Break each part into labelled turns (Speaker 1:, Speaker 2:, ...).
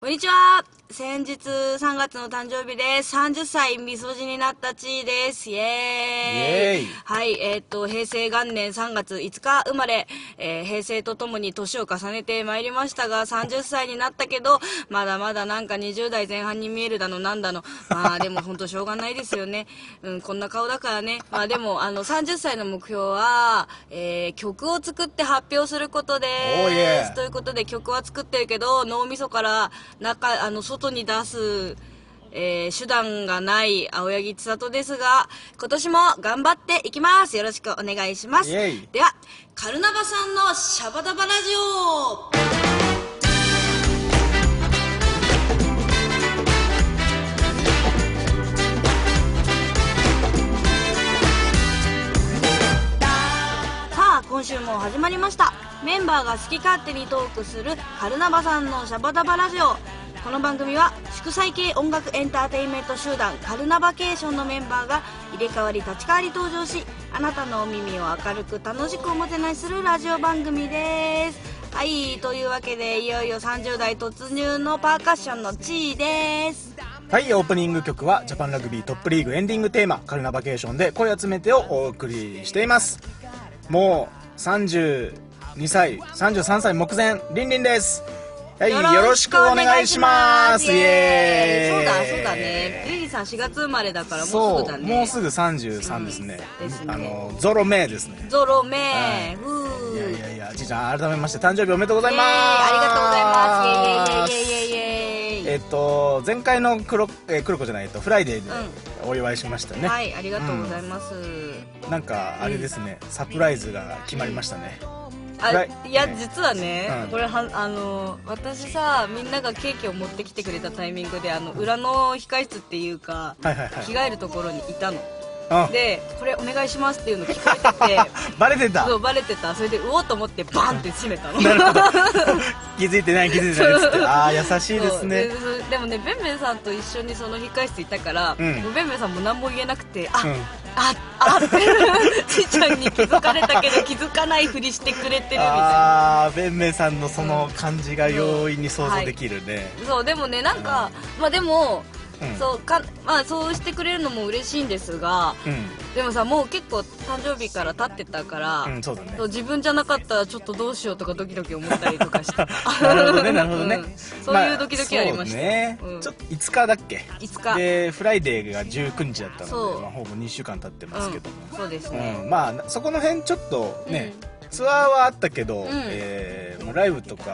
Speaker 1: こんにちは先日3月の誕生日です。30歳、みそじになったちーです。イエーイ
Speaker 2: イエーイ
Speaker 1: はい、えーっと、平成元年3月5日生まれ、えー平成とともに年を重ねてまいりましたが、30歳になったけど、まだまだなんか20代前半に見えるだの、なんだの。まあで も本当しょうがないですよね。うん、こんな顔だからね。まあでも、あの、30歳の目標は、えー曲を作って発表することです。
Speaker 2: おーイエーイ
Speaker 1: ということで曲は作ってるけど脳みそから中あの外に出す、えー手段がない青柳千里ですが今年も頑張っていきますよろしくお願いします
Speaker 2: イエイ
Speaker 1: ではカルナバさんのシャバダバラジオさあ今週も始まりましたメンバーが好き勝手にトークするカルナバさんのシャバダバラジオこの番組は祝祭系音楽エンターテインメント集団カルナバケーションのメンバーが入れ替わり立ち替わり登場しあなたのお耳を明るく楽しくおもてなしするラジオ番組ですはいというわけでいよいよ30代突入のパーカッションの地位です
Speaker 2: はい、オープニング曲はジャパンラグビートップリーグエンディングテーマ「カルナバケーション」で声集めてをお送りしていますもう32歳33歳目前りんりんですはいよろしくお願いします
Speaker 1: イ
Speaker 2: イエ
Speaker 1: エーイそ
Speaker 2: ー
Speaker 1: う
Speaker 2: イ
Speaker 1: だそうだねリリーさん4月生まれだからもうす
Speaker 2: そ
Speaker 1: ぐだ
Speaker 2: う
Speaker 1: ね
Speaker 2: もうすぐ33ですね,、
Speaker 1: うんですね
Speaker 2: あのゾロ目ですね
Speaker 1: ゾロ目、
Speaker 2: はい
Speaker 1: ふう
Speaker 2: いやいやいやじいちゃん改めまして誕生日おめでとうご
Speaker 1: イエーイありがとうございます
Speaker 2: ざいます
Speaker 1: イエーイイエーイイエーイイエーイイエーイ
Speaker 2: えっと前回の黒えー黒子じゃないとフライデーでお祝いしましたね、
Speaker 1: はいありがとうございます、
Speaker 2: なんかあれですね、サプライズが決まりましたね、
Speaker 1: あ
Speaker 2: はい
Speaker 1: いや実はね、
Speaker 2: うん
Speaker 1: これはあの私さみんながケーキを持ってきてくれたタイミングであの裏の控室っていうか、
Speaker 2: はいはいはい
Speaker 1: 着替えるところにいたの
Speaker 2: うん
Speaker 1: でこれお願いしますっていうの聞こえ てて
Speaker 2: バレてた
Speaker 1: そうバレてたそれでうおっと思ってバンって閉めたの
Speaker 2: なるほど気づいてない気づいてないっつってああ優しいですね
Speaker 1: そうででもねべんべんさんと一緒にその控室いたから、
Speaker 2: うん
Speaker 1: もうべんべんさんも何も言えなくてあ、
Speaker 2: うん
Speaker 1: ああ ってちいちゃんに気づかれたけど気づかないふりしてくれてるみたいな
Speaker 2: ああべんめいさんのその感じが容易に想像できるね、
Speaker 1: そうでもねなんか、まあでも、
Speaker 2: うん
Speaker 1: そうかまあそうしてくれるのも嬉しいんですがでもさもう結構誕生日から経ってたから、
Speaker 2: うん、うん、そうだね
Speaker 1: そう自分じゃなかったらちょっとどうしようとかドキドキ思ったりとかして
Speaker 2: なるほどねなるほどね、
Speaker 1: うんそういうドキドキありました、
Speaker 2: あそうね
Speaker 1: うん
Speaker 2: ちょっと5日だっけ
Speaker 1: いつか
Speaker 2: でフライデーが19日だったの
Speaker 1: そう
Speaker 2: で、まあ、ほぼ2週間経ってますけども、
Speaker 1: うん、そうですね、
Speaker 2: うんまあそこの辺ちょっとね、ツアーはあったけど、えーもうライブとか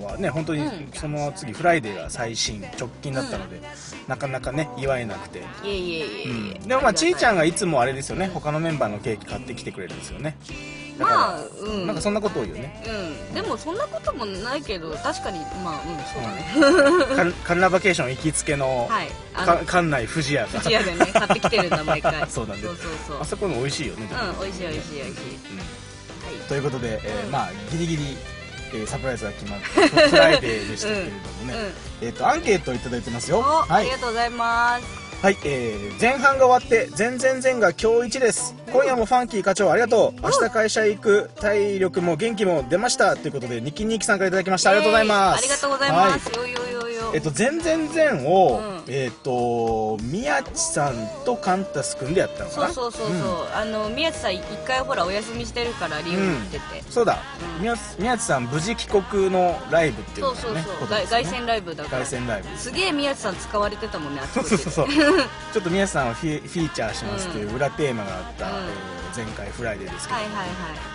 Speaker 2: はね本当に
Speaker 1: うん
Speaker 2: その次フライデーが最新直近だったので、なかなかね祝えなくて、
Speaker 1: いえいえいえ
Speaker 2: う
Speaker 1: い
Speaker 2: ん
Speaker 1: え、
Speaker 2: でもまあちいちゃん
Speaker 1: が
Speaker 2: がいつもあれですよね他のメンバーのケーキ買ってきてくれるんですよねだから、
Speaker 1: まあうん
Speaker 2: なんかそんなことを言うね
Speaker 1: うんでもそんなこともないけど確かにまあうんそうだね、
Speaker 2: カルカルナバケーション行きつけの,、
Speaker 1: はいあの
Speaker 2: か館内富士屋が
Speaker 1: 口屋でね買ってきてるんだ毎回
Speaker 2: そうなんです
Speaker 1: そうそう
Speaker 2: あ
Speaker 1: そ
Speaker 2: そこの美味しいよね、
Speaker 1: ううん美味しい美味しい美味しい
Speaker 2: うん
Speaker 1: はい
Speaker 2: ということで、えー
Speaker 1: うん
Speaker 2: まあギリギリ、えーサプライズが決 まってフライデーでしたけれどもね、えっ、とアンケートをいただいてますよ
Speaker 1: お、
Speaker 2: は
Speaker 1: あ
Speaker 2: い
Speaker 1: りがとうございます
Speaker 2: はい、えー前半が終わって前々前が今日一です今夜もファンキー課長ありがとう明日会社行く体力も元気も出ましたということでニキニキさんからいただきましたありがとうございま
Speaker 1: えーあ
Speaker 2: す、
Speaker 1: りがとうございま
Speaker 2: は
Speaker 1: すよいよいよいよ
Speaker 2: えっと、前々前を、
Speaker 1: うん
Speaker 2: えっと宮地さんとカンタス君でやったのか
Speaker 1: そ
Speaker 2: な
Speaker 1: うそうそうそう、あの宮地さん一回ほらお休みしてるから理由にってて、
Speaker 2: そうだ、
Speaker 1: うん
Speaker 2: 宮地宮地さん無事帰国のライブってい
Speaker 1: そ
Speaker 2: うの
Speaker 1: う
Speaker 2: が
Speaker 1: そう
Speaker 2: ね
Speaker 1: そう、
Speaker 2: こと
Speaker 1: 外
Speaker 2: ですね
Speaker 1: 凱旋ライブだから
Speaker 2: 凱旋ライブ
Speaker 1: すげえ宮地さん使われてたもんねあち
Speaker 2: そう
Speaker 1: こち
Speaker 2: そ
Speaker 1: で
Speaker 2: うそうそう ちょっと皆さんをフィフィーチャーしますという裏テーマがあった、
Speaker 1: うん
Speaker 2: えー前回フライデーですけど、
Speaker 1: はいはいはい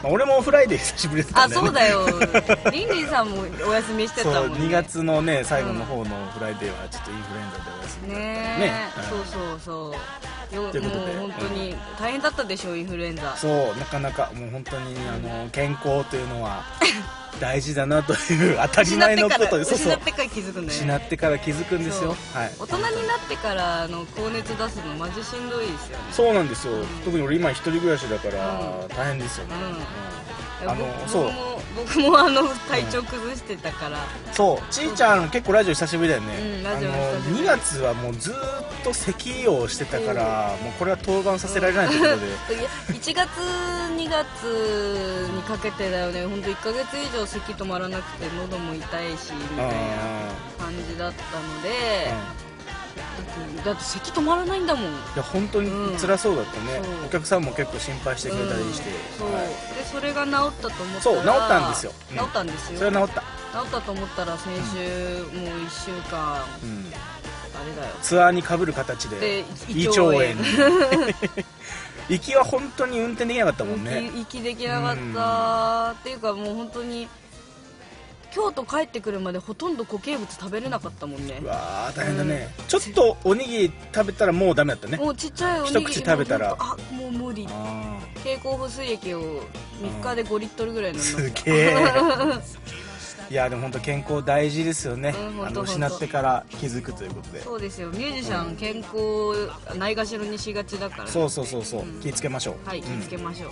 Speaker 2: まあ、俺もフライデー久しぶりだった
Speaker 1: あ
Speaker 2: んだよ
Speaker 1: そ
Speaker 2: ね
Speaker 1: うだよリンリンさんもお休みして
Speaker 2: そ
Speaker 1: た
Speaker 2: う
Speaker 1: もんね
Speaker 2: 2月のね最後の方のフライデーはちょっとインフルエンザでお休みだったり
Speaker 1: ね
Speaker 2: ね
Speaker 1: え、そうそうそうよ
Speaker 2: ということで
Speaker 1: もう本当に大変だったでしょインフルエンザ
Speaker 2: うんそうなかなかもう本当にあの健康というのは大事だなという当たり
Speaker 1: 失っ
Speaker 2: 前
Speaker 1: て
Speaker 2: の
Speaker 1: か
Speaker 2: こ
Speaker 1: ら
Speaker 2: とでそうそ
Speaker 1: 失
Speaker 2: う
Speaker 1: ってから気づくんだよ
Speaker 2: 失
Speaker 1: ね
Speaker 2: ってから気づくんですよはい
Speaker 1: 大人になってからあの高熱出すのマジしんどいですよね
Speaker 2: そうなんですよ特に俺今一人暮らしだから
Speaker 1: うん
Speaker 2: 大変ですよね、
Speaker 1: うん
Speaker 2: うんあの
Speaker 1: 僕
Speaker 2: そう
Speaker 1: 僕も僕もあの体調崩してたから、
Speaker 2: そうちーちゃん結構ラジオ久しぶりだよね、
Speaker 1: うん
Speaker 2: あ
Speaker 1: ラジオ
Speaker 2: の
Speaker 1: 久しぶり
Speaker 2: 2月はもうずーっと咳をしてたから、もうこれは登板させられないところで
Speaker 1: 1月2月にかけてだよね本当1ヶ月以上咳止まらなくて喉も痛いしみたいな感じだったので、だってだって咳止まらないんだもん
Speaker 2: いや本当に辛そうだったね、
Speaker 1: うんそう
Speaker 2: お客さんも結構心配してくれたりして、
Speaker 1: うんそう、
Speaker 2: はい
Speaker 1: でそれが治ったと思ったら
Speaker 2: そう治ったんですようん
Speaker 1: 治ったんですよ
Speaker 2: それは治った、
Speaker 1: 治ったと思ったら先週もう1週間あ
Speaker 2: うん
Speaker 1: れだよ
Speaker 2: ツアーにかぶる形
Speaker 1: で
Speaker 2: で
Speaker 1: 胃腸炎
Speaker 2: 胃 に行きは本当に運転できなかったもんね
Speaker 1: 息息できなかった、っていうかもう本当に京都帰ってくるまでほとんど固形物食べれなかったもんね
Speaker 2: うわー大変だね、ちょっとおにぎり食べたらもうダメだったね
Speaker 1: もうちっちゃいおにぎり
Speaker 2: 一口食べたら
Speaker 1: もうほんとあもう無理
Speaker 2: あ
Speaker 1: 経口補水液を3日で5リットルぐらい飲
Speaker 2: ー
Speaker 1: んだ
Speaker 2: すげ えいやでも本当健康大事ですよね、
Speaker 1: うんほんと
Speaker 2: あの
Speaker 1: ほんと
Speaker 2: 失ってから気づくということで
Speaker 1: そうですよミュージシャン健康ないがしろにしがちだからね
Speaker 2: そうそうそうそう、気ぃつけましょう、
Speaker 1: はい気
Speaker 2: う
Speaker 1: を
Speaker 2: ん
Speaker 1: つけましょう、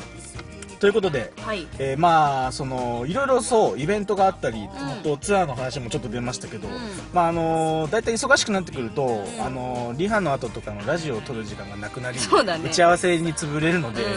Speaker 2: ということで
Speaker 1: はい
Speaker 2: えーまあそのいろいろそうイベントがあったり、
Speaker 1: ん
Speaker 2: とツアーの話もちょっと出ましたけど、
Speaker 1: うん
Speaker 2: まああのー大体忙しくなってくると、
Speaker 1: ん
Speaker 2: あのーリハの後とかのラジオを撮る時間がなくなり、
Speaker 1: そうだね
Speaker 2: 打ち合わせに潰れるので、
Speaker 1: う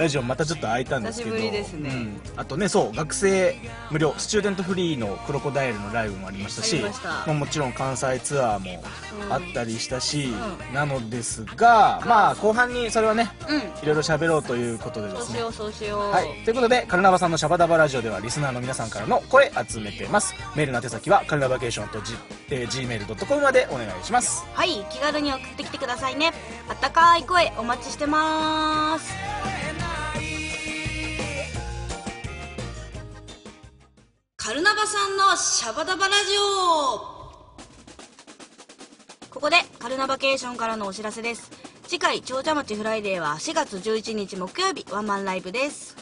Speaker 2: ラジオまたちょっと空いたんですけど
Speaker 1: 久しぶりですね
Speaker 2: うんあとねそう学生無料スチューデントフリーのクロコダイルのライブもありましたし
Speaker 1: ありました
Speaker 2: あもちろん関西ツアーも
Speaker 1: うん
Speaker 2: あったりしたし、
Speaker 1: う
Speaker 2: なのですがまあ後半にそれはね
Speaker 1: うん
Speaker 2: いろいろ喋ろうということでで
Speaker 1: そう
Speaker 2: す
Speaker 1: し
Speaker 2: ね
Speaker 1: ようそうしよう、
Speaker 2: はい、ということでカルナバさんのシャバダバラジオではリスナーの皆さんからの声集めてますメールの宛先はカルナバケーションと G、えー、gmail.com までお願いします
Speaker 1: はい、気軽に送ってきてくださいねあったかい声お待ちしてますカルナバさんのシャバダバラジオここでカルナバケーションからのお知らせです次回長者町フライデーは4月11日木曜日ワンマンライブです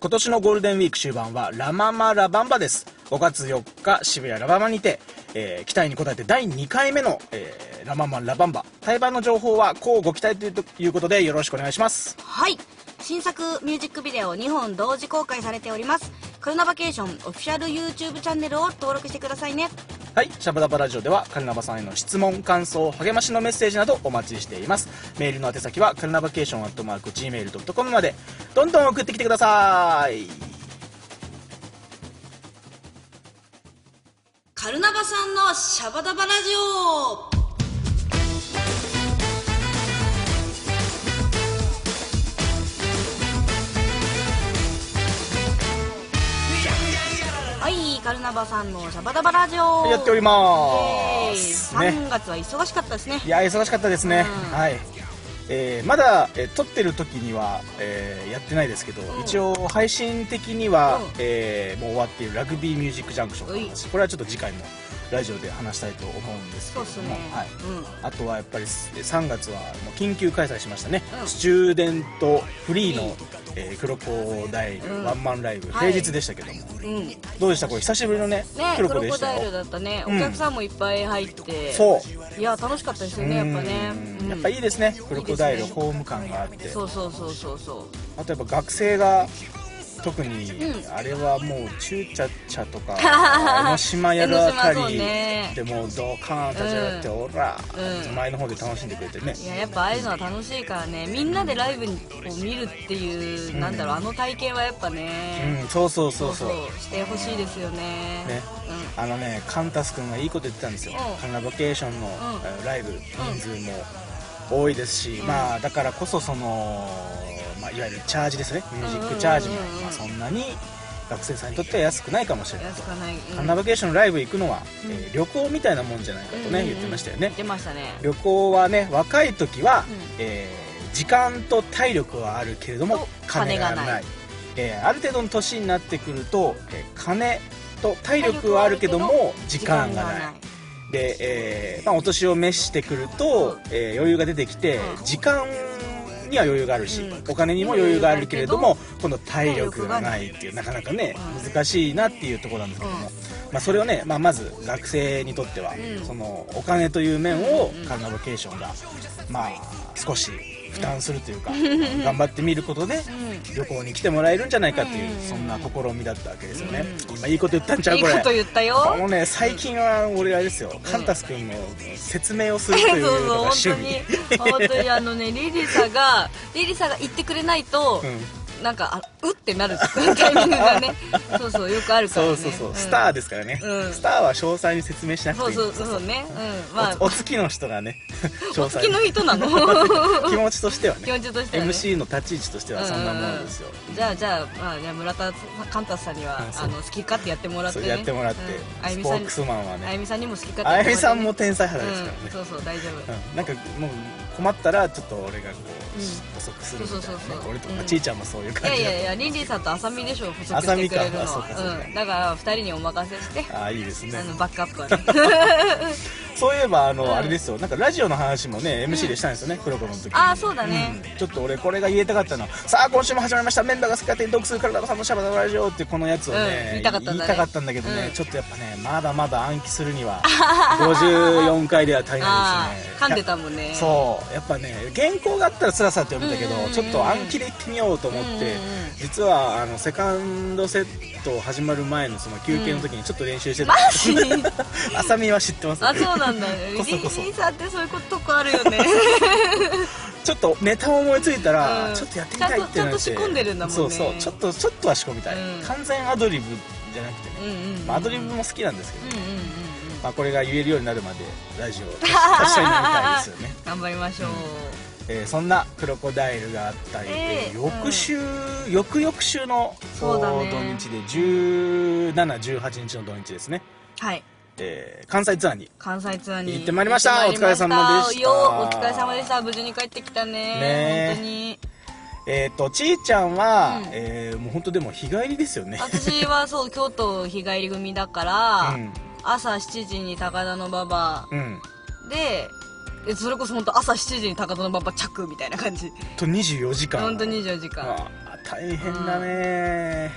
Speaker 2: 今年のゴールデンウィーク終盤はラママラバンバです5月4日渋谷ラバマにて、えー期待に応えて第2回目の、えーラママラバンバ対バンの情報はこうご期待というということでよろしくお願いします
Speaker 1: はい新作ミュージックビデオ2本同時公開されておりますカルナバケーションオフィシャル YouTube チャンネルを登録してくださいね
Speaker 2: はい、シャバダバラジオではカルナバさんへの質問、感想、励ましのメッセージなどお待ちしています。メールの宛先はカルナバケーションアットマーク Gmail.com までどんどん送ってきてください。
Speaker 1: カルナバさんのシャバダバラジオはいカルナバさんのシャバダバラジオ
Speaker 2: やっており
Speaker 1: え
Speaker 2: ま
Speaker 1: ー
Speaker 2: す。
Speaker 1: 3
Speaker 2: ね。
Speaker 1: 月は忙しかったですね
Speaker 2: いや、忙しかったですね。
Speaker 1: うん
Speaker 2: はい。えーまだ、えー撮ってる時には、えーやってないですけど、
Speaker 1: うん
Speaker 2: 一応配信的には、
Speaker 1: うん
Speaker 2: えーもう終わっているラグビーミュージックジャンクションの話これはちょっと次回のラジオで話したいと思うんです
Speaker 1: そ
Speaker 2: け
Speaker 1: う
Speaker 2: れ
Speaker 1: っす
Speaker 2: ど
Speaker 1: ね
Speaker 2: も、はい、
Speaker 1: うん
Speaker 2: あとはやっぱりす3月はもう緊急開催しましたね、
Speaker 1: うん
Speaker 2: スチューデントフリーの、えー、クロコダイル、
Speaker 1: うん
Speaker 2: ワンマンライブ、
Speaker 1: はい
Speaker 2: 平日でしたけども
Speaker 1: うんね
Speaker 2: どうでしたこれ久しぶりのねク
Speaker 1: ク
Speaker 2: ロコ
Speaker 1: ロ
Speaker 2: で
Speaker 1: コ
Speaker 2: した
Speaker 1: ダイル
Speaker 2: よ
Speaker 1: だったね、
Speaker 2: うん
Speaker 1: お客さんもいっぱい入って
Speaker 2: そう
Speaker 1: いや楽しかったですよねやっぱねう
Speaker 2: う
Speaker 1: んん
Speaker 2: やっぱいいですねクロコダイル
Speaker 1: いいですね
Speaker 2: ホーム感があって
Speaker 1: そうそうそうそうそう
Speaker 2: あとやっぱ学生が特に、
Speaker 1: うん
Speaker 2: あれはもうチューチャッチャと か江ノ島やるあた
Speaker 1: 江ノ島そう
Speaker 2: り
Speaker 1: ね
Speaker 2: でもうドカーン立ち上がって、
Speaker 1: う
Speaker 2: オラ
Speaker 1: うん
Speaker 2: 前の方で楽しんでくれてね
Speaker 1: いややっぱああいうのは楽しいからねみんなでライブを見るっていう、なんだろうあの体験はやっぱね、
Speaker 2: うんそうそうそうそう
Speaker 1: してほしいですよね
Speaker 2: ねあのねカンタス君がいいこと言ってたんですよ
Speaker 1: うん
Speaker 2: カンナバケーションの、えーライブ人数も多いですし、
Speaker 1: うん
Speaker 2: まあだからこそその、まあ、いわゆるチャージですねミュージックチャージも、
Speaker 1: うんうんうんうん
Speaker 2: まあ、そんなに学生さんにとっては安くないかもし
Speaker 1: う
Speaker 2: れ
Speaker 1: ん
Speaker 2: ない
Speaker 1: 安
Speaker 2: と、
Speaker 1: かない、うん
Speaker 2: カンナバケーションのライブ行くのは、
Speaker 1: うん
Speaker 2: えー旅行みたいなもんじゃないかとね、
Speaker 1: うんうんうん
Speaker 2: 言ってましたよね
Speaker 1: 言ってましたね
Speaker 2: 旅行はね若い時は、
Speaker 1: うん
Speaker 2: えー時間と体力はあるけれども
Speaker 1: お
Speaker 2: 金がない
Speaker 1: 金がない
Speaker 2: えーある程度の年になってくると、えー金と体力はあるけど
Speaker 1: 体力
Speaker 2: も時間がないで、えーまあ、お年を召してくると、えー余裕が出てきて
Speaker 1: うん
Speaker 2: 時間には余裕があるし、
Speaker 1: うん
Speaker 2: お金にも余裕があるけれども今度体
Speaker 1: 体
Speaker 2: 力
Speaker 1: 力
Speaker 2: が
Speaker 1: が
Speaker 2: な
Speaker 1: ない
Speaker 2: いっていうなかなかね
Speaker 1: うん
Speaker 2: 難しいなっていうところなんですけども、まあ、それをね、まあ、まず学生にとっては、
Speaker 1: うん
Speaker 2: そのお金という面を
Speaker 1: うんうん
Speaker 2: カルナバケーションが、まあ、少し負担するというか、頑張ってみることで
Speaker 1: う
Speaker 2: 旅行に来てもらえるんじゃないかっていう、
Speaker 1: うん
Speaker 2: そんな試みだったわけですよね、今いいこと言ったんちゃう
Speaker 1: いい
Speaker 2: これ
Speaker 1: こと言ったよ
Speaker 2: このね最近は俺あれですよ、カンタス君の説明をするというのが
Speaker 1: そう そ
Speaker 2: 趣
Speaker 1: う
Speaker 2: 味
Speaker 1: 本当に本当にあのねリリサがリリサが言ってくれないと、なんかあうってなる タイミングがねそうそうよくあるからね
Speaker 2: そうそうそう、スターですからね、
Speaker 1: うん
Speaker 2: スターは詳細に説明しなくて
Speaker 1: そ
Speaker 2: いいう
Speaker 1: そう
Speaker 2: そ
Speaker 1: そ
Speaker 2: う
Speaker 1: うねうんまあ
Speaker 2: おお月の 人がね
Speaker 1: お
Speaker 2: 詳細
Speaker 1: 月の人なの
Speaker 2: 気持ちとしてはね
Speaker 1: 気持ちとしてはね
Speaker 2: MC の立ち位置としてはそんなものですよ、
Speaker 1: じゃあじゃあ,、まあ、じゃあ村田カンタスさんには
Speaker 2: うんそう
Speaker 1: あの好き勝手やってもらって、
Speaker 2: そう
Speaker 1: ね、
Speaker 2: やってもらって、
Speaker 1: うんあゆ
Speaker 2: ス
Speaker 1: み
Speaker 2: ポ
Speaker 1: さん
Speaker 2: ークスマンは
Speaker 1: あゆ
Speaker 2: ね
Speaker 1: みさんにも好き勝手
Speaker 2: あ
Speaker 1: やっ
Speaker 2: ゆ
Speaker 1: て
Speaker 2: みさん
Speaker 1: も
Speaker 2: も天才
Speaker 1: ら
Speaker 2: 肌
Speaker 1: って
Speaker 2: ですからね、
Speaker 1: うん、そうそう大丈夫、
Speaker 2: うんなんかもう困ったらちょっと俺がこう、
Speaker 1: うん
Speaker 2: 補足するみたいな、ね、
Speaker 1: そうそうそうそう
Speaker 2: 俺と
Speaker 1: う
Speaker 2: か
Speaker 1: ん
Speaker 2: ちいちゃんもそういう
Speaker 1: い
Speaker 2: 感
Speaker 1: や
Speaker 2: じ
Speaker 1: い
Speaker 2: だっ
Speaker 1: やいやリリーさんとあさみでしょ補足してくれるの
Speaker 2: あさみかあそうかそう
Speaker 1: は
Speaker 2: か
Speaker 1: うんだから二人にお任せして
Speaker 2: たああいいですね
Speaker 1: あのバックアップはね
Speaker 2: そういえばあの、
Speaker 1: ん
Speaker 2: あれですよなんかラジオの話もね MC でしたんですよね、黒子の時に
Speaker 1: あーそうだね
Speaker 2: うんちょっと俺これが言えたかったのさあ今週も始まりましたメンバーが好き勝手に読する体さんのシャバダバラジオってこのやつをね、
Speaker 1: うん言いたかったんだね
Speaker 2: 言いたかったんだけどね、
Speaker 1: うん
Speaker 2: ちょっとやっぱねまだまだ暗記する には54回では大
Speaker 1: あ
Speaker 2: 変ですね
Speaker 1: あ噛んでたもんね
Speaker 2: そうやっぱね原稿があったら辛さって読めたけ
Speaker 1: う
Speaker 2: ど、
Speaker 1: んうんうん
Speaker 2: ちょっと暗記でいってみようと思って、
Speaker 1: うんうんうん
Speaker 2: 実はあのセカンドセット始まる前のその休憩の時にちょっと練習してた、
Speaker 1: マジ
Speaker 2: 浅見は知ってます、
Speaker 1: あそうなんだリ
Speaker 2: こ
Speaker 1: リ
Speaker 2: そこそ
Speaker 1: ーさんってそういうことこあるよ ね
Speaker 2: ちょっとネタを思いついたら、
Speaker 1: うん
Speaker 2: ちょっとやってみたいってなって
Speaker 1: ちゃんとちゃんと仕込んでるんだもんね
Speaker 2: そうそうちょっとちょっとは仕込みたい、
Speaker 1: うん
Speaker 2: 完全アドリブじゃなくてね
Speaker 1: う、んうんうん
Speaker 2: まあ、アドリブも好きなんですけど、
Speaker 1: うんうんうんうん
Speaker 2: まあ、これが言えるようになるまで ラジオを達者になりたいですよね、
Speaker 1: 頑張りましょう
Speaker 2: えーそんなクロコダイルがあったり、
Speaker 1: えー
Speaker 2: えー翌週、翌々週の
Speaker 1: そうだね
Speaker 2: 土日で1718日の土日ですね、
Speaker 1: はい
Speaker 2: えー関西ツアーに
Speaker 1: 関西ツアーに
Speaker 2: 行ってまいりました
Speaker 1: 行ってまいりま
Speaker 2: お疲れ様でした
Speaker 1: よーお疲れ様でした無事に帰ってきたね
Speaker 2: ねー
Speaker 1: 本当に
Speaker 2: えっ、とちーちゃんは、
Speaker 1: うん
Speaker 2: えーもう本当でも日帰りですよね
Speaker 1: 私は そう京都日帰り組だから、
Speaker 2: うん
Speaker 1: 朝7時に高田馬場
Speaker 2: うん
Speaker 1: でえそれこそ本当朝7時に高田馬場着みたいな感じ
Speaker 2: と24時間
Speaker 1: 本当に24時間
Speaker 2: ああ大変だね、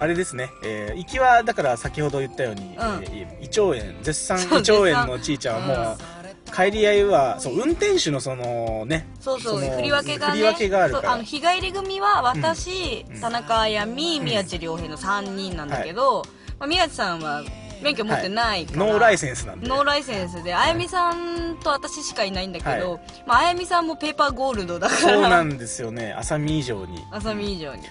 Speaker 2: あれですね、えー行きはだから先ほど言ったように、えー胃腸炎絶賛胃
Speaker 1: そう
Speaker 2: 腸炎のちいちゃんはもう、帰り合いはそう運転手のそのね
Speaker 1: そうそう
Speaker 2: の
Speaker 1: 振り分けがね
Speaker 2: 振り分けがあるか
Speaker 1: そうあ
Speaker 2: ら
Speaker 1: の日帰り組は私、
Speaker 2: うん
Speaker 1: 田中あやみ宮地良平の3人なんだけど、まあ、宮地さんは免許持ってないから、
Speaker 2: ノーライセンスなんで
Speaker 1: ノーライセンスであやみさんと私しかいないんだけど、
Speaker 2: は
Speaker 1: まああやみさんもペーパーゴールドだから
Speaker 2: そうなんですよね浅見以上に
Speaker 1: 浅見以上に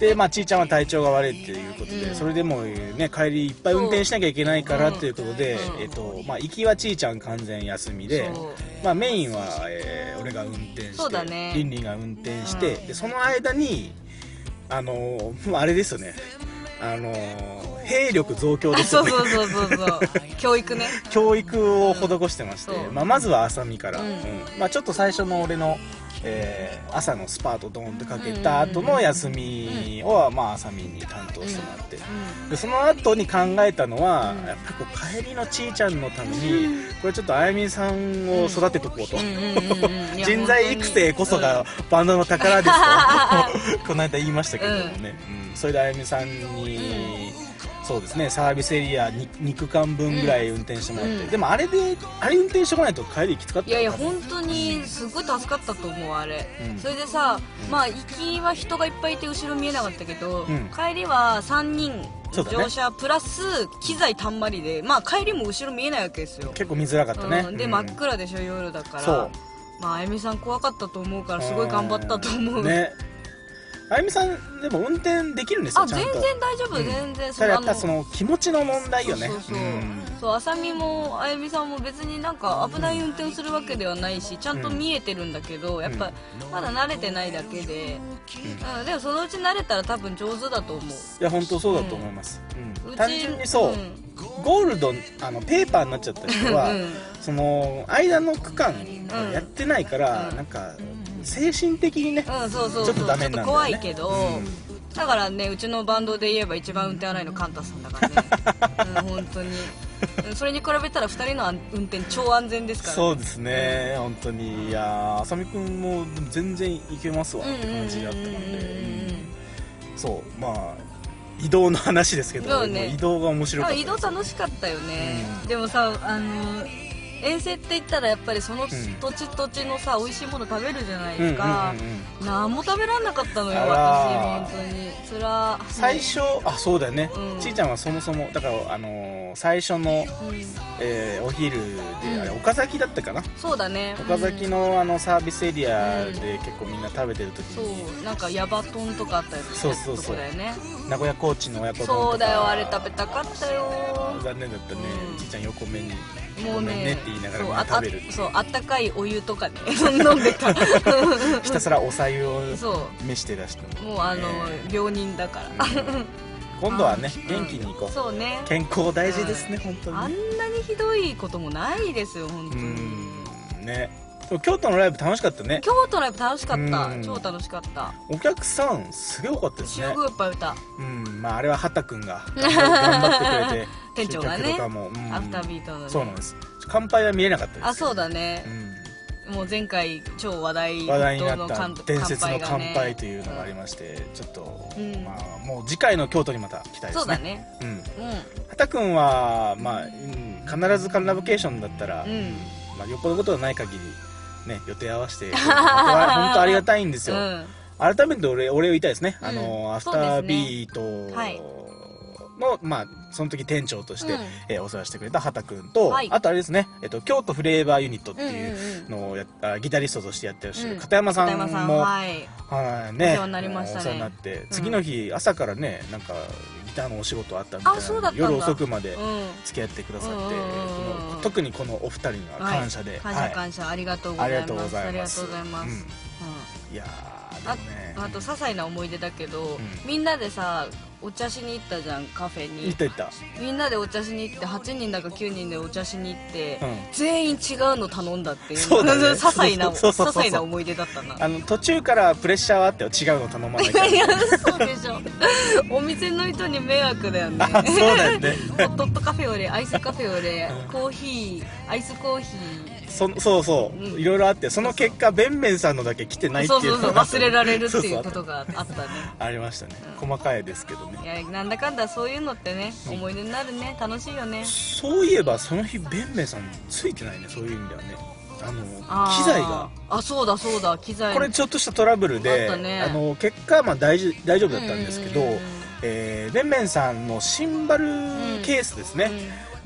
Speaker 2: でまあちいちゃんは体調が悪いっていうことで、
Speaker 1: うん
Speaker 2: それでもうね帰りいっぱい運転しなきゃいけないから
Speaker 1: そう
Speaker 2: ということで、
Speaker 1: うん
Speaker 2: えっとまあ行きはちいちゃん完全休みで
Speaker 1: そう
Speaker 2: まあメインは、えー俺が運転して
Speaker 1: そうだね
Speaker 2: リンリンが運転して、でその間にあのーもうあれですよねあのー兵力増強
Speaker 1: あ
Speaker 2: ですよ
Speaker 1: そう
Speaker 2: ね
Speaker 1: そうそうそう そう教育ね
Speaker 2: 教育を施してまし
Speaker 1: そ
Speaker 2: て、
Speaker 1: う
Speaker 2: まあ、まずは浅見から、
Speaker 1: うん
Speaker 2: うんまあ、ちょっと最初の俺の、えー朝のスパートドーンってかけた後の休みを、まあ、浅見に担当してもらって。でその後に考えたのは、
Speaker 1: うん
Speaker 2: やっぱりこう帰りのちいちゃんのために、これちょっとあやみさんを育てとこうと、
Speaker 1: うんうんうんうんいや
Speaker 2: 人材育成こそがバンドの宝ですと、 この間言いましたけれどもね、うんそれであやみさんに、そうですねサービスエリアに2区間分ぐらい運転してもらって、
Speaker 1: うん
Speaker 2: でもあれであれ運転してこないと帰りきつかった
Speaker 1: いやいや本当にすごい助かったと思うあれ、
Speaker 2: うん
Speaker 1: それでさまあ行きは人がいっぱいいて後ろ見えなかったけど、
Speaker 2: ん
Speaker 1: 帰りは3人
Speaker 2: そうだね
Speaker 1: 乗車プラス機材たんまりでまあ帰りも後ろ見えないわけですよ、
Speaker 2: 結構見づらかったね、
Speaker 1: うん、で
Speaker 2: うん
Speaker 1: 真っ暗でしょ夜だから
Speaker 2: そう
Speaker 1: まああゆみさん怖かったと思うからすごい頑張ったと思う、
Speaker 2: ねあやみさんでも運転できるんですよ
Speaker 1: あ
Speaker 2: ちゃん
Speaker 1: 全
Speaker 2: と
Speaker 1: 然大丈夫、
Speaker 2: うん
Speaker 1: 全然
Speaker 2: ただやっ
Speaker 1: あ
Speaker 2: ぱその気持ちの問題よね
Speaker 1: そうそうそう,、
Speaker 2: うん
Speaker 1: そうあさみもあゆみさんも別になんか危ない運転をするわけではないしちゃんと見えてるんだけど、やっぱまだ慣れてないだけで、うんでもそのうち慣れたら多分上手だと思う
Speaker 2: いや本当そうだと思います、う
Speaker 1: う
Speaker 2: ん
Speaker 1: ち
Speaker 2: 単純にそう、
Speaker 1: ん
Speaker 2: ゴールドあのペーパーになっちゃった人は、
Speaker 1: うん
Speaker 2: その間の区間をやってないから、
Speaker 1: うん
Speaker 2: なんか精神的にね、
Speaker 1: うんそうそうそ
Speaker 2: ちょ
Speaker 1: う
Speaker 2: っとダメに
Speaker 1: ちょ
Speaker 2: な
Speaker 1: っ
Speaker 2: る
Speaker 1: と怖い
Speaker 2: んだよね
Speaker 1: けど、だからねうちのバンドで言えば一番運転荒いのカンタさんだ からね、うん、本当にうんそれに比べたら2人の運転超安全ですからね
Speaker 2: そうですね、本当にいやー浅見君も全然いけますわって感じだったので、
Speaker 1: うんうんうんうんうん
Speaker 2: うんそうまあ移動の話ですけど、
Speaker 1: そうね
Speaker 2: もう移動が面白か
Speaker 1: あ
Speaker 2: った
Speaker 1: 移動楽しかったよね、でもさあの遠征って言ったらやっぱりその
Speaker 2: ん
Speaker 1: 土地土地のさ美味しいもの食べるじゃない
Speaker 2: うん
Speaker 1: で
Speaker 2: うん
Speaker 1: す
Speaker 2: うん
Speaker 1: か、何も食べられなかったのよ
Speaker 2: あら
Speaker 1: 私本当にそれは
Speaker 2: 最初あそうだよね、
Speaker 1: うん
Speaker 2: ちいちゃんはそもそもだからあのー最初の、
Speaker 1: うん
Speaker 2: えーお昼で、
Speaker 1: うん
Speaker 2: あれ岡崎だったかな
Speaker 1: そうだね
Speaker 2: 岡崎の,、あのサービスエリアで結構みんな食べてる時
Speaker 1: そ
Speaker 2: に、
Speaker 1: うなんかヤバトンとかあったよね
Speaker 2: そうそうそう
Speaker 1: とこだよね
Speaker 2: 名古屋コーチの親子丼とか
Speaker 1: そうだよあれ食べたかったよ
Speaker 2: 残念だったね、
Speaker 1: うん
Speaker 2: ちいちゃん横目に「
Speaker 1: も
Speaker 2: ご
Speaker 1: う
Speaker 2: めんね」
Speaker 1: ね
Speaker 2: って言いなが
Speaker 1: そう
Speaker 2: ら
Speaker 1: あ
Speaker 2: まあ食べる
Speaker 1: あそうあったかいお湯とかね 飲んでた
Speaker 2: ひたすらおさゆを
Speaker 1: そ
Speaker 2: 召して出して
Speaker 1: うもうあの
Speaker 2: え
Speaker 1: 病人だから
Speaker 2: ーうん今度はね元気に行こう、
Speaker 1: そうね
Speaker 2: 健康大事ですね、本
Speaker 1: あ
Speaker 2: 当
Speaker 1: ん
Speaker 2: に
Speaker 1: なにひどいこともないですよ本
Speaker 2: う
Speaker 1: 当に
Speaker 2: んねでも京都のライブ楽しかったね
Speaker 1: 京都ライブ楽しかった
Speaker 2: うん
Speaker 1: 超楽しかった
Speaker 2: お客さんすげえ多かったです
Speaker 1: す
Speaker 2: ね
Speaker 1: ごいいっぱい歌
Speaker 2: うんまああれは畑く んが頑張ってくれて
Speaker 1: 店長がね
Speaker 2: 集客とかも、うん
Speaker 1: アフタービートのね
Speaker 2: そうなんです乾杯は見れなかったです
Speaker 1: あそうだね
Speaker 2: う
Speaker 1: もう前回超話題
Speaker 2: ん話題に
Speaker 1: 沸騰
Speaker 2: な
Speaker 1: の
Speaker 2: った
Speaker 1: 乾
Speaker 2: 伝説の乾
Speaker 1: がね
Speaker 2: 杯というのがありましてちょっと、
Speaker 1: うん
Speaker 2: まあもう次回の京都にまた来たいですね
Speaker 1: そうだね
Speaker 2: うん
Speaker 1: う
Speaker 2: 畑くんはまあ、うん必ずカルナブケーションだったら、
Speaker 1: んうん
Speaker 2: まあ、よっぽどことがない限りね予定合わせて本当は本当ありがたいんで すよ、
Speaker 1: うん
Speaker 2: 改めて俺俺を言いたいですね、あ
Speaker 1: うん
Speaker 2: のアフタービートの、
Speaker 1: はい
Speaker 2: まあその時店長として、
Speaker 1: うん
Speaker 2: えーお世話してくれた畑くんと、
Speaker 1: はい
Speaker 2: あとあれですね、えっと京都フレーバーユニットって
Speaker 1: うん
Speaker 2: いう
Speaker 1: うんうん
Speaker 2: のをやっあギタリストとしてやってらっしゃる
Speaker 1: うん
Speaker 2: 片山さ
Speaker 1: 片
Speaker 2: ん
Speaker 1: 山さん
Speaker 2: も、
Speaker 1: はい
Speaker 2: はいね
Speaker 1: お世話になりましたね
Speaker 2: お世話になって次の日朝からねなんかギターのお仕事あったみたい
Speaker 1: あそうだ
Speaker 2: な
Speaker 1: ったんだ
Speaker 2: 夜遅くまで
Speaker 1: うん
Speaker 2: 付き合ってくださって、
Speaker 1: うんうんうん
Speaker 2: この特にこのお二人には
Speaker 1: はい
Speaker 2: 感謝で、
Speaker 1: 感
Speaker 2: は
Speaker 1: 謝
Speaker 2: い
Speaker 1: 感謝ありがとうご
Speaker 2: あ
Speaker 1: ざ
Speaker 2: り
Speaker 1: い
Speaker 2: が
Speaker 1: ます
Speaker 2: とうございます
Speaker 1: ありがとうございます
Speaker 2: うんいやーでもね
Speaker 1: うんあと些細な思い出だけど
Speaker 2: ん
Speaker 1: みんなでさお茶しに行ったじゃんカフェ
Speaker 2: 行
Speaker 1: に
Speaker 2: った行った
Speaker 1: みんなでお茶しに行って8人だか9人でお茶しに行って、
Speaker 2: うん
Speaker 1: 全員違うの頼んだっていう
Speaker 2: そうだね
Speaker 1: 些細な些
Speaker 2: そうそうそうそう
Speaker 1: 細な思い出だったな
Speaker 2: あの途中からプレッシャーはあって違うの頼まないから
Speaker 1: い やそうでしょお店の人に迷惑だよね
Speaker 2: あそうだよね
Speaker 1: ホットットカフェよりアイスカフェよりコーヒーアイスコーヒ
Speaker 2: そそうそう、
Speaker 1: うん
Speaker 2: いろいろあってその結果ベンベンさんのだけ来てな
Speaker 1: ー
Speaker 2: いってい
Speaker 1: そううそうそう
Speaker 2: のがあった
Speaker 1: 忘れられるって
Speaker 2: そ
Speaker 1: いう
Speaker 2: そう
Speaker 1: ことがあったね
Speaker 2: あありましたね、細かいですけどね
Speaker 1: いやなんだかんだそういうのってね思い出になるね楽しいよね
Speaker 2: そういえばその日ベンベンさんついてないねそういう意味ではねあの
Speaker 1: あー
Speaker 2: 機材が
Speaker 1: あそうだそうだ機材
Speaker 2: これちょっとしたトラブルで
Speaker 1: あ
Speaker 2: あ、
Speaker 1: ったね
Speaker 2: の結果まあ大事大丈夫だったんですけど、
Speaker 1: うんうんうんうん
Speaker 2: えーベンベンさんのシンバルケースですね、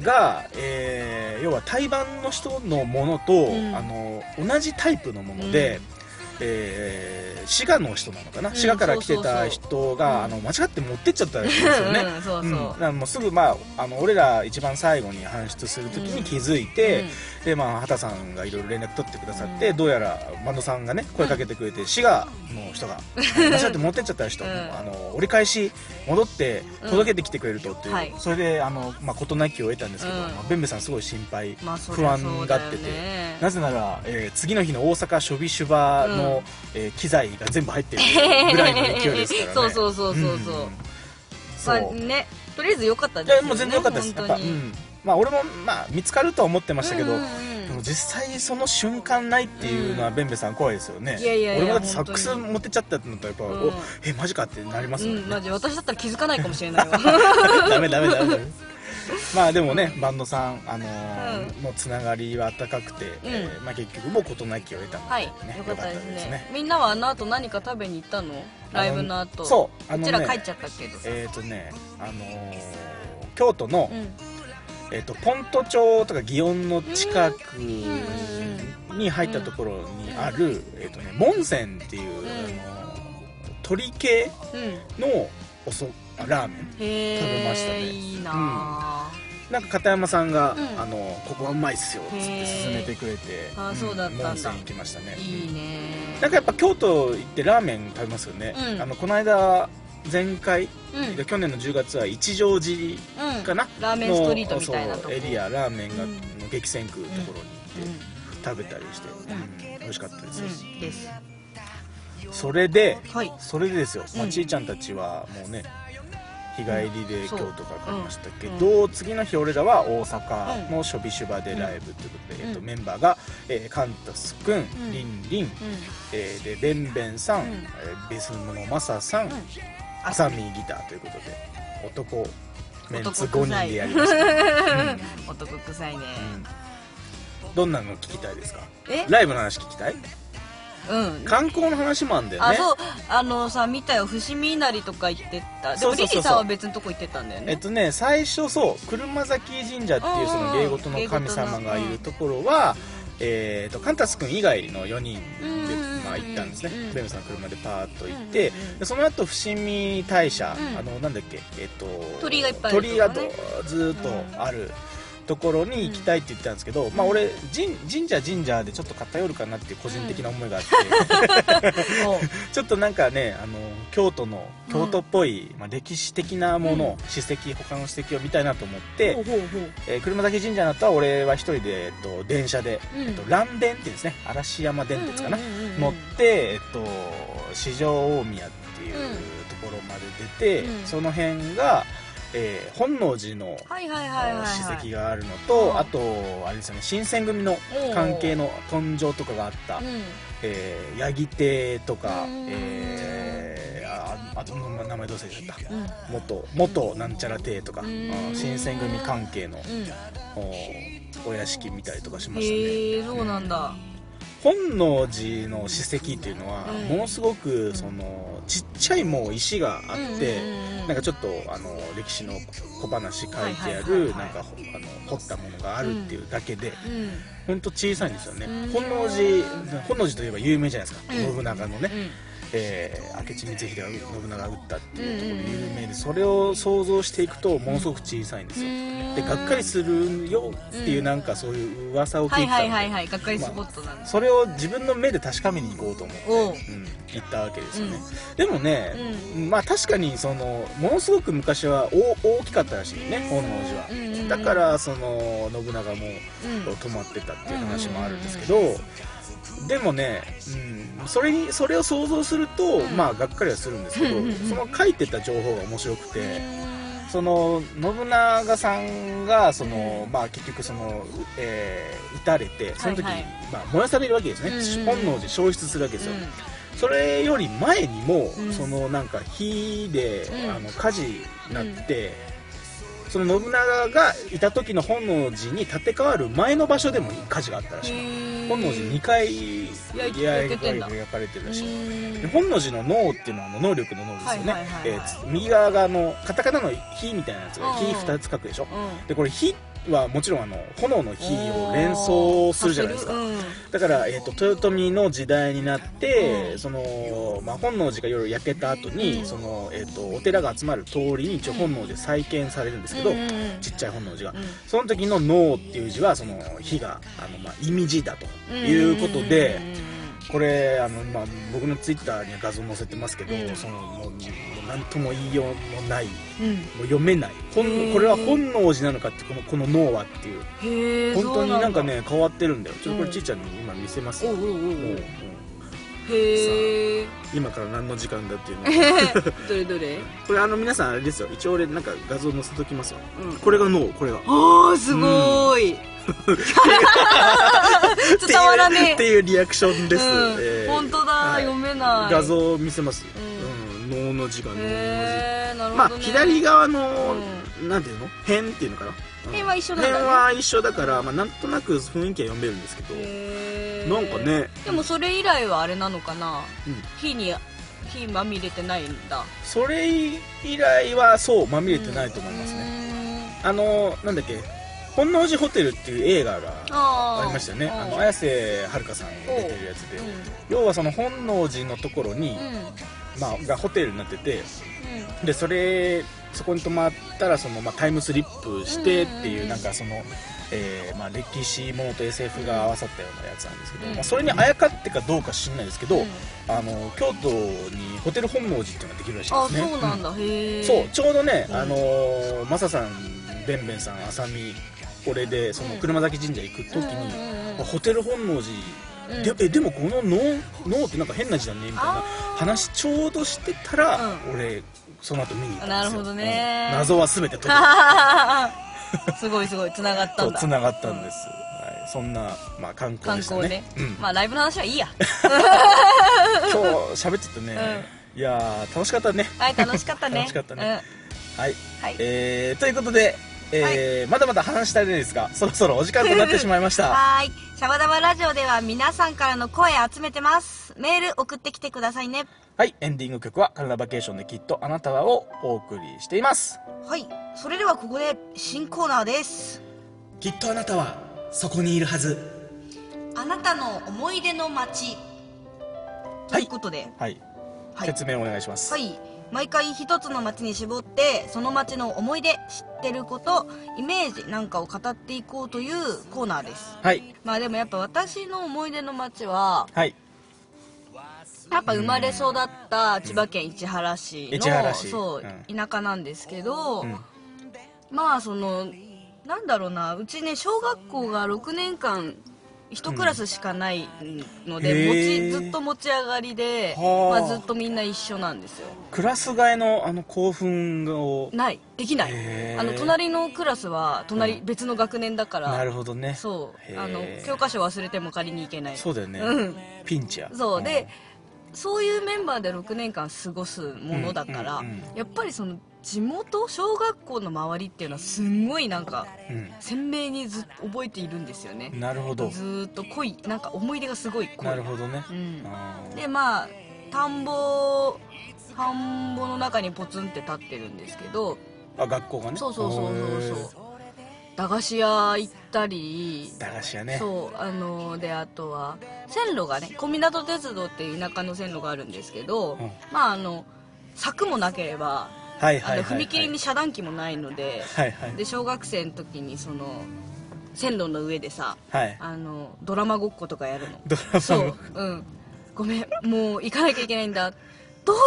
Speaker 2: が、えー要は対バンの人のものと、
Speaker 1: ん
Speaker 2: あの同じタイプのもので、
Speaker 1: うん
Speaker 2: えー滋賀の人なのかな、
Speaker 1: ん
Speaker 2: 滋賀から来てた
Speaker 1: そうそ
Speaker 2: 人が、
Speaker 1: うそう
Speaker 2: あの間違って持ってっちゃったらしいんですよね
Speaker 1: うんそうそう
Speaker 2: だからもうすぐ、まあ、あの俺ら一番最後に搬出する時に気づいて、でまあ、畑さんがいろいろ連絡取ってくださって、どうやらバンドさんがね声かけてくれて、滋賀の人が間違って持ってっちゃった 人、
Speaker 1: うん
Speaker 2: あの折り返し戻って届けてきてくれるとっていう、
Speaker 1: うんはい
Speaker 2: それであの、まあ、事なきを得たんですけど、
Speaker 1: うん
Speaker 2: まあ、ベンベさんすごい心配、
Speaker 1: まあそり
Speaker 2: 不
Speaker 1: ゃ
Speaker 2: 安
Speaker 1: そう
Speaker 2: が
Speaker 1: だ
Speaker 2: っ
Speaker 1: よ
Speaker 2: てて。
Speaker 1: ね
Speaker 2: なぜなら、えー次の日の大阪ショビシュバの、
Speaker 1: うん
Speaker 2: えー機材が全部入ってるぐらいの勢いですからね
Speaker 1: そうそうそうそうそうんま
Speaker 2: そ
Speaker 1: あ
Speaker 2: う
Speaker 1: ねとりあえず良かった
Speaker 2: い
Speaker 1: です
Speaker 2: や
Speaker 1: よね
Speaker 2: もう全然良かったです、
Speaker 1: 本当
Speaker 2: やっぱ、う
Speaker 1: に
Speaker 2: ん、まあ俺もまあ見つかるとは思ってましたけど、
Speaker 1: うんうんうん
Speaker 2: でも実際その瞬間ないっていうのはベンベさん怖いですよね、
Speaker 1: いやいやいや
Speaker 2: 俺もだってサックス
Speaker 1: 本当に
Speaker 2: 持ってっちゃったってなったらやっぱ、
Speaker 1: うん
Speaker 2: おえマジかってなりますもんね、
Speaker 1: うん、マジ私だったら気づかないかもしれないわ
Speaker 2: ダメダメダメダメまあでもね、バンドさん、あのーのつながりは温かくて、えーまあ、結局もう事なきを得たの で、
Speaker 1: はい、
Speaker 2: ね
Speaker 1: よかったですね
Speaker 2: 良
Speaker 1: みんなはあの後何か食べに行ったのライブの後
Speaker 2: そうあの
Speaker 1: う
Speaker 2: ね
Speaker 1: ちら帰っちゃったけど
Speaker 2: えっ、とね、あのー京都の、
Speaker 1: うん
Speaker 2: えー、とポント町とか祇園の近くに入ったところにある、えーとね、門泉っていう、
Speaker 1: ん
Speaker 2: あのー鳥系
Speaker 1: うん
Speaker 2: のおそあラーメン
Speaker 1: へえ
Speaker 2: 食べましたね
Speaker 1: いいなあ、
Speaker 2: なんか片山さんが、
Speaker 1: うん
Speaker 2: あのーここはうまいっすよ」っつっ
Speaker 1: へ
Speaker 2: て
Speaker 1: ー
Speaker 2: 勧めてくれて
Speaker 1: あーそうだったんだ
Speaker 2: 門泉行きましたね
Speaker 1: いいね
Speaker 2: なんかやっぱ京都行ってラーメン食べますよね、
Speaker 1: うん
Speaker 2: あのこの間前回、
Speaker 1: うんうん
Speaker 2: 去年の10月は一条寺かな、
Speaker 1: ラーメンストリートみたいなとこ
Speaker 2: そうエリアラーメンが、
Speaker 1: うん
Speaker 2: の激戦区のところに
Speaker 1: うん
Speaker 2: 行って食べたりして、うん美味しかったです、
Speaker 1: うんです
Speaker 2: それで
Speaker 1: はい
Speaker 2: それでですよ、まあ
Speaker 1: うん
Speaker 2: ちいちゃんたちはもうね日帰りで
Speaker 1: そ
Speaker 2: 京
Speaker 1: う
Speaker 2: 都から帰りましたけど、次の日俺らは大阪のショビシュバでライブということで、
Speaker 1: うん
Speaker 2: えっと、メンバーが、えーカンタスくん、
Speaker 1: ん
Speaker 2: りん、りん
Speaker 1: うん
Speaker 2: えーでベンベンさん、
Speaker 1: うん
Speaker 2: えーベースのマサさん、
Speaker 1: ん
Speaker 2: アサミギターということで男メンツ
Speaker 3: 男
Speaker 2: 5
Speaker 3: 臭い
Speaker 2: 人でやりました、うん
Speaker 3: 男臭いね
Speaker 2: うんどんなの聞きたいですか
Speaker 3: え
Speaker 2: ライブの話聞きたい
Speaker 3: うん
Speaker 2: 観光の話もあんだよ
Speaker 3: あ
Speaker 2: ね
Speaker 3: そうあのさ見たよ伏見稲荷とか行ってたで
Speaker 2: そう
Speaker 3: も
Speaker 2: そうそ
Speaker 3: リリー
Speaker 2: うそう
Speaker 3: さんは別のとこ行ってたんだよ
Speaker 2: えっ
Speaker 3: ね
Speaker 2: とね最初そう車崎神社っていうその芸事の神様がいるところは、えっとカンタス君以外の4人で
Speaker 3: うんうんうん、
Speaker 2: まあ、行ったんですね
Speaker 3: うん
Speaker 2: ベムさんの車でパーッと行って、
Speaker 3: うんうんうん
Speaker 2: でその後伏見大社、
Speaker 3: うん
Speaker 2: あのなんだっけえっと
Speaker 3: 鳥居がいっぱいある
Speaker 2: 鳥居がど
Speaker 3: とこね
Speaker 2: ずーっとある、ところに行きたいって言ってたんですけど、まあ俺神神社神社でちょっと偏るかなっていう個人的な 思いがあって、
Speaker 3: お
Speaker 2: ちょっとなんかねあの京都の京都っぽい、まあ、歴史的なもの、
Speaker 3: う
Speaker 2: 史跡他の史跡を見たいなと思って、
Speaker 3: ほうほうほう
Speaker 2: えー車崎神社の後は俺は一人で、えっと、電車で、
Speaker 3: うん
Speaker 2: えっと、蘭電っていうんですね嵐山電鉄かな、
Speaker 3: うんうんうんうん
Speaker 2: 乗って、えっと、四条大宮っていうところまで出て、
Speaker 3: うん
Speaker 2: その辺が、えー本能寺の
Speaker 3: はいはいはいはい、はい、
Speaker 2: 史跡があるのと、
Speaker 3: うん
Speaker 2: あとあれですよね新選組の関係の根性とかがあった、
Speaker 3: うん
Speaker 2: えー、ヤギ亭とか
Speaker 3: うん、
Speaker 2: えー、ああとま名前どうせちゃった
Speaker 3: うん
Speaker 2: 元元なんちゃら亭とか、
Speaker 3: うん
Speaker 2: うん新選組関係の
Speaker 3: うん
Speaker 2: おお屋敷見たりとかしましたね、
Speaker 3: へえそうなんだ
Speaker 2: 本能寺の史跡っていうのは、
Speaker 3: うん
Speaker 2: ものすごくそのちっちゃいもう石があって、
Speaker 3: うんうんうんうん
Speaker 2: なんかちょっとあの歴史の小話書いてあ
Speaker 3: はいはいはいは
Speaker 2: る
Speaker 3: い
Speaker 2: なんかほあの掘ったものがあるっていうだけで、
Speaker 3: うん
Speaker 2: ほんと小さいんですよね、
Speaker 3: うん
Speaker 2: 本能寺本能寺といえば有名じゃないですか、
Speaker 3: うん
Speaker 2: 信長のね、
Speaker 3: うん
Speaker 2: えー明智光秀が信長が撃ったっていうところで
Speaker 3: うんうんうん
Speaker 2: 有名でそれを想像していくとものすごく小さいんですよでがっかりするよっていう
Speaker 3: うん
Speaker 2: なんかそういう噂を聞
Speaker 3: はいい
Speaker 2: てた
Speaker 3: は
Speaker 2: の
Speaker 3: い
Speaker 2: で、
Speaker 3: はいはいがっかりスポットなんです、
Speaker 2: それを自分の目で確かめに行こうと思って、
Speaker 3: おう
Speaker 2: うん、行ったわけですよね、でもね、まあ確かにそのものすごく昔は大大きかったらしいね本能寺は、
Speaker 3: うんうんうん
Speaker 2: だからその信長も
Speaker 3: うん
Speaker 2: 止まってたっていう話もあるんですけど、でもね、うん、それにそれを想像すると、
Speaker 3: うん
Speaker 2: まあがっかりはするんですけど、
Speaker 3: うんうんうん
Speaker 2: その書いてた情報が面白くて、その信長さんがその、まあ、結局その、えー撃たれてその時、
Speaker 3: はいはい
Speaker 2: まあ、燃やされるわけですね、
Speaker 3: うんうんうん
Speaker 2: 本能寺消失するわけですよ、それより前にも、
Speaker 3: うん
Speaker 2: そのなんか火で、
Speaker 3: うん
Speaker 2: あの火事になって、その信長がいた時の本能寺に建て替わる前の場所でも火事があったらしい、本能寺2回
Speaker 3: 焼い
Speaker 2: 焼
Speaker 3: 焼けてんだ
Speaker 2: かれてるらしい、で
Speaker 3: し
Speaker 2: 本能寺の脳っていうのはあの能力の脳ですよね、
Speaker 3: はいはいはいはい
Speaker 2: えーつ右側があのカタカナの火みたいなやつが火
Speaker 3: うんうん
Speaker 2: 2つ書くでしょでこれ火はもちろんあの炎の火を連想するじゃないですかだから、えー、と豊臣の時代になって、
Speaker 3: うん
Speaker 2: そのまあ、本能寺が夜焼けた後に、
Speaker 3: うん
Speaker 2: そのえー、とお寺が集まる通りに一応本能寺再建されるんですけど、ちっちゃい本能寺が、その時の「能」っていう字はその火があの、まあ、意味字だということで、これあの、まあ、僕のツイッターには画像載せてますけど、
Speaker 3: うん
Speaker 2: そのもうもうなんとも言いようもないも
Speaker 3: うん
Speaker 2: う読めないほん
Speaker 3: へー
Speaker 2: これは本能寺なのかってこのこの脳はっていう
Speaker 3: へえ
Speaker 2: 本当になんかね変わってるんだよちょっとこ
Speaker 3: う
Speaker 2: れ
Speaker 3: ん
Speaker 2: ちいちゃんに今見せます
Speaker 3: お
Speaker 2: よ、
Speaker 3: うおうお
Speaker 2: もうも
Speaker 3: う
Speaker 2: う
Speaker 3: へえ
Speaker 2: 今から何の時間だっていうの
Speaker 3: どれどれ
Speaker 2: これあの皆さんあれですよ一応俺なんか画像載せときますよ
Speaker 3: うん
Speaker 2: これが脳これが
Speaker 3: あーすごーい伝わらね
Speaker 2: っ
Speaker 3: え
Speaker 2: ていうリアクションです、
Speaker 3: うん本当だ
Speaker 2: はい
Speaker 3: 読めない
Speaker 2: 画像を見せます、
Speaker 3: う
Speaker 2: うん脳の字が脳の字
Speaker 3: へえなるほどね
Speaker 2: まあ、左側の、なんていうの辺っていうのかなうん
Speaker 3: 辺は一緒なんだね
Speaker 2: 辺は一緒だから、まあ、なんとなく雰囲気は読めるんですけど、
Speaker 3: へー
Speaker 2: なんかね、
Speaker 3: でもそれ以来はあれなのかな
Speaker 2: うん、
Speaker 3: 火に火まみれてないんだ
Speaker 2: それ以来はそうまみれてないと思いますね、
Speaker 3: ね
Speaker 2: あのなんだっけ本能寺ホテルっていう映画が
Speaker 3: あ
Speaker 2: あ
Speaker 3: ー
Speaker 2: りましたよね
Speaker 3: うん
Speaker 2: あの綾瀬はるかさんが出てるやつで、
Speaker 3: うん
Speaker 2: 要はその本能寺のところに、
Speaker 3: うん
Speaker 2: まあ、がホテルになっててでそれそこに泊まったらその、まあ、タイムスリップしてって
Speaker 3: うんうん
Speaker 2: いううんなんかその、えーまあ、歴史ものと SF が合わさったようなやつなんですけど、
Speaker 3: うん
Speaker 2: まあ、それにあやかってかどうか知んないですけど、
Speaker 3: うん
Speaker 2: あの京都にホテル本能寺っていうのができるらしい
Speaker 3: あ
Speaker 2: ですね
Speaker 3: そうなんだへ
Speaker 2: う
Speaker 3: え
Speaker 2: んそうちょうどね、
Speaker 3: うん
Speaker 2: あのーマサさんベンベンさん浅見俺でその車崎神社行く時に、あホテル本能寺
Speaker 3: うん
Speaker 2: でえでもこの脳脳ってなんか変な字だねみたいな
Speaker 3: あー
Speaker 2: 話ちょうどしてたら、
Speaker 3: う
Speaker 2: 俺その後見に行ったんですよ
Speaker 3: なるほどね
Speaker 2: うん謎は全て解
Speaker 3: すごいすごいつながった
Speaker 2: く
Speaker 3: ん
Speaker 2: と
Speaker 3: だ
Speaker 2: つながったんです、はい、そんな、まあ、観光
Speaker 3: 観
Speaker 2: でした
Speaker 3: 光
Speaker 2: ね
Speaker 3: ね
Speaker 2: うん
Speaker 3: まあライブの話はいいや
Speaker 2: 今日喋っててね、いやー楽しかったね
Speaker 3: はい楽しかったね
Speaker 2: 楽しかったね
Speaker 3: うん
Speaker 2: はい、
Speaker 3: はい
Speaker 2: えーということで、えーまだまだ話したいですがそろそろお時間となってしまいま した
Speaker 1: はーい。シャバダバラジオでは皆さんからの声集めてます。メール送ってきてくださいね。
Speaker 2: はいエンディング曲は「カルナバケーションできっとあなたは」をお送りしています
Speaker 1: はい。それではここで新コーナーです。
Speaker 2: きっとあなたはそこにいるはず
Speaker 1: あなたの思い出の街。ということで、
Speaker 2: はい、
Speaker 1: はい
Speaker 2: 説明お願いします、
Speaker 1: はい。毎回一つの街に絞って、その街の思い出、知ってること、イメージなんかを語っていこうというコーナーです。
Speaker 2: はい
Speaker 1: まあでもやっぱ私の思い出の街は、
Speaker 2: はい
Speaker 1: やっぱ生まれ育った千葉県市原市の、
Speaker 2: 市原市
Speaker 1: そうう田舎なんですけど、
Speaker 2: うん
Speaker 1: まあそのなんだろうなうちね小学校が6年間一クラスしかないので、
Speaker 2: う
Speaker 1: 持
Speaker 2: んへ
Speaker 1: ち
Speaker 2: ー
Speaker 1: ずっと持ち上がりで、
Speaker 2: はあ
Speaker 1: まあ、ずっとみんな一緒なんですよ
Speaker 2: クラス替えのあの興奮を
Speaker 1: ないできない
Speaker 2: へー
Speaker 1: あの隣のクラスは隣、別の学年だから
Speaker 2: なるほどね
Speaker 1: そう
Speaker 2: へー
Speaker 1: あの教科書忘れても借りに行けない
Speaker 2: そうだよね、
Speaker 1: うん
Speaker 2: ピンチや
Speaker 1: そうで、そういうメンバーで6年間過ごすものだから、
Speaker 2: うんうん
Speaker 1: やっぱりその地元小学校の周りっていうのはすんごいなんか
Speaker 2: うん
Speaker 1: 鮮明にずっと覚えているんですよ
Speaker 2: うん
Speaker 1: ね
Speaker 2: なるほど
Speaker 1: ずーっと濃いなんか思い出がすごい濃い
Speaker 2: なるほどね、
Speaker 1: うん
Speaker 2: あー
Speaker 1: でまあ田んぼ田んぼの中にポツンって立ってるんですけど
Speaker 2: あ学校がね
Speaker 1: そうそうそうそう
Speaker 2: へー
Speaker 1: そう駄菓子屋行ったり
Speaker 2: 駄菓子屋ね
Speaker 1: そうあのであとは線路がね小湊鉄道っていう田舎の線路があるんですけど、
Speaker 2: うん
Speaker 1: まああの柵もなければ
Speaker 2: はい
Speaker 1: あ
Speaker 2: はい
Speaker 1: の
Speaker 2: はい、はい、
Speaker 1: 踏切に遮断機もないので,、
Speaker 2: はいはい
Speaker 1: で小学生の時にその線路の上でさ
Speaker 2: はい
Speaker 1: あのドラマごっことかやるの
Speaker 2: ドラマも
Speaker 1: そう、うん、ごめんもう行かなきゃいけないんだど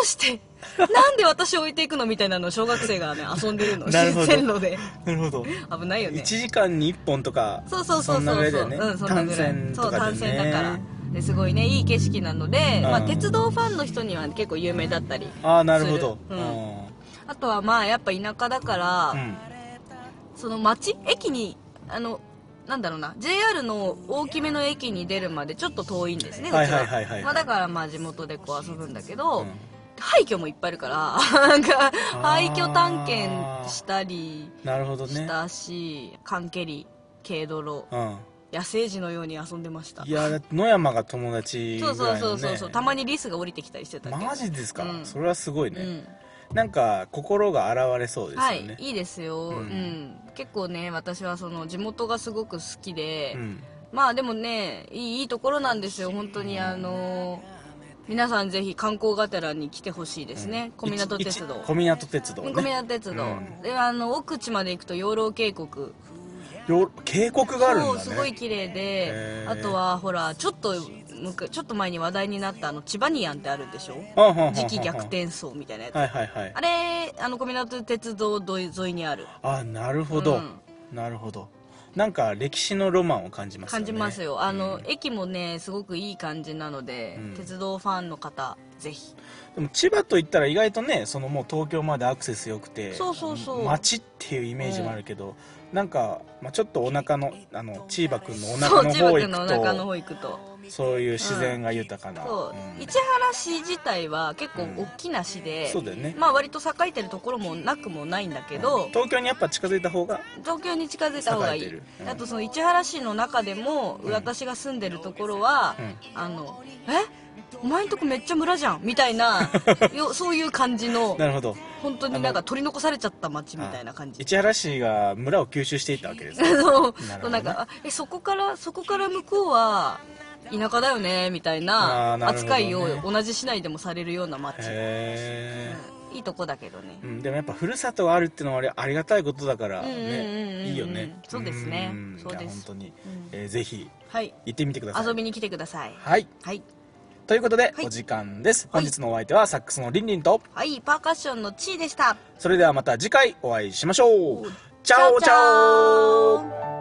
Speaker 1: うしてなんで私を置いていくのみたいなのを小学生がね遊んでるの
Speaker 2: なるほど
Speaker 1: 線路で
Speaker 2: なるほど
Speaker 1: 危ないよね
Speaker 2: 一時間に一本とか
Speaker 1: そうそうそうそうん
Speaker 2: なぐらいだよね
Speaker 1: うんそんな
Speaker 2: 単
Speaker 1: ぐらい
Speaker 2: 線
Speaker 1: そ
Speaker 2: と
Speaker 1: う
Speaker 2: か
Speaker 1: 単
Speaker 2: で
Speaker 1: 線だ
Speaker 2: ね
Speaker 1: からですごいねいい景色なので、
Speaker 2: ん
Speaker 1: まあ、鉄道ファンの人には結構有名だったり
Speaker 2: ああなるほど
Speaker 1: するうん
Speaker 2: あ
Speaker 1: あとはまあやっぱ田舎だから、
Speaker 2: ーうん
Speaker 1: その町駅にあのなんだろうな JR の大きめの駅に出るまでちょっと遠いんですねうちは,、
Speaker 2: はいはいはいはい
Speaker 1: まあ、だからまあ地元でこう遊ぶんだけど、
Speaker 2: うん
Speaker 1: 廃墟もいっぱいあるからなんか廃墟探検したり
Speaker 2: なるほど
Speaker 1: し
Speaker 2: ね
Speaker 1: たし、缶蹴り軽泥
Speaker 2: うん
Speaker 1: 野生児のように遊んでました
Speaker 2: いやだって野山が友達ぐ
Speaker 1: そ
Speaker 2: ら
Speaker 1: う
Speaker 2: い
Speaker 1: そ
Speaker 2: の、
Speaker 1: う
Speaker 2: ね、
Speaker 1: そうそうそうたまにリスが降りてきたりしてたけど
Speaker 2: マジですか、
Speaker 1: うん
Speaker 2: それはすごいうね、
Speaker 1: ん
Speaker 2: なんか心が洗われそうですよ
Speaker 1: は
Speaker 2: ね、
Speaker 1: いいいですよ、
Speaker 2: うん
Speaker 1: うん結構ね私はその地元がすごく好きで、
Speaker 2: うん、
Speaker 1: まあでもねいいいいところなんですよ本当にあのー皆さんぜひ観光がてらに来てほしいですね、小湊鉄道
Speaker 2: いち小湊鉄道、
Speaker 1: 小
Speaker 2: ね、
Speaker 1: 湊鉄道、
Speaker 2: うん
Speaker 1: であの奥地まで行くと養老渓谷
Speaker 2: よ渓谷があるんだ
Speaker 1: そう
Speaker 2: ね
Speaker 1: すごい綺麗で
Speaker 2: へー
Speaker 1: あとはほらちょっとむくちょっと前に話題になったあのチバニアンってあるでしょ
Speaker 2: はんはんはんはん
Speaker 1: 時期逆転走みたいなやつ
Speaker 2: はいはいはい
Speaker 1: あれあの小湊鉄道沿い沿いにある
Speaker 2: あなるほど、なるほどなんか歴史のロマンを感じますよ
Speaker 1: 感
Speaker 2: ね
Speaker 1: じますよあの、駅もねすごくいい感じなので、
Speaker 2: うん
Speaker 1: 鉄道ファンの方ぜひ
Speaker 2: でも千葉といったら意外とねそのもう東京までアクセス良くて
Speaker 1: そうそうそう
Speaker 2: 街っていうイメージもあるけど、なんか、まあ、ちょっとお腹のあの千葉君のお
Speaker 1: そ
Speaker 2: 腹
Speaker 1: う
Speaker 2: の
Speaker 1: 千葉
Speaker 2: 方
Speaker 1: 君
Speaker 2: 行
Speaker 1: のお
Speaker 2: く
Speaker 1: 腹の
Speaker 2: と
Speaker 1: 方行くと
Speaker 2: そういう自然が豊かな、
Speaker 1: そう、
Speaker 2: うん
Speaker 1: 市原市自体は結構
Speaker 2: うん
Speaker 1: 大きな市で、
Speaker 2: そうだよね
Speaker 1: まあ割と栄えてるところもなくもないんだけど、
Speaker 2: 東京にやっぱ近づいた方が
Speaker 1: 東京に近づいた方がい
Speaker 2: 栄えて
Speaker 1: い
Speaker 2: る、うん
Speaker 1: あとその市原市の中でも、私が住んでるところは、
Speaker 2: う
Speaker 1: あのえお前んとこめっちゃ村じゃんみたい なよそういう感じの
Speaker 2: なるほど
Speaker 1: 本当になんか取り残されちゃった町みたいな感じ
Speaker 2: 市原市が村を吸収していったわけですね
Speaker 1: そう
Speaker 2: なるほどね
Speaker 1: そうなんかあえそこからそこから向こうは田舎だよねみたい
Speaker 2: あー
Speaker 1: な
Speaker 2: なるほど
Speaker 1: 扱
Speaker 2: ね
Speaker 1: いを同じ市内でもされるような街、
Speaker 2: へ
Speaker 1: いいとこだけどね
Speaker 2: え、うん、でもやっぱふるさとがあるってのはあれありがたいことだからね、
Speaker 1: うんうんうんうん
Speaker 2: いいよね
Speaker 1: そうですね
Speaker 2: ん
Speaker 1: そうです
Speaker 2: いや本当に、えーぜひ
Speaker 1: はい
Speaker 2: 行ってみてください
Speaker 1: 遊びに来てください
Speaker 2: はい
Speaker 1: はい、
Speaker 2: ということで、
Speaker 1: はい
Speaker 2: お時間です
Speaker 1: はい
Speaker 2: 本日のお相手はサックスのリンリンと
Speaker 1: はい、パーカッションのチーでした
Speaker 2: それではまた次回お会いしましょうチ
Speaker 1: チ
Speaker 2: ャ
Speaker 1: ャ
Speaker 2: オ
Speaker 1: オ
Speaker 2: チャオ
Speaker 1: チャオ